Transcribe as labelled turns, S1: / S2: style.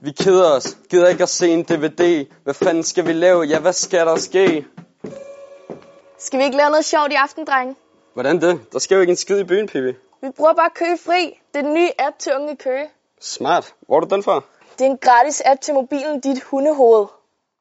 S1: Vi keder os. Gider ikke at se en DVD. Hvad fanden skal vi lave? Ja, hvad skal der ske?
S2: Skal vi ikke lave noget sjovt i aften, drenge?
S1: Hvordan det? Der sker jo ikke en skid i byen, Pippi.
S2: Vi bruger bare Køge Fri. Det er den nye app til unge i Køge.
S1: Smart. Hvor er du den fra?
S2: Det er en gratis app til mobilen Dit Hundehoved.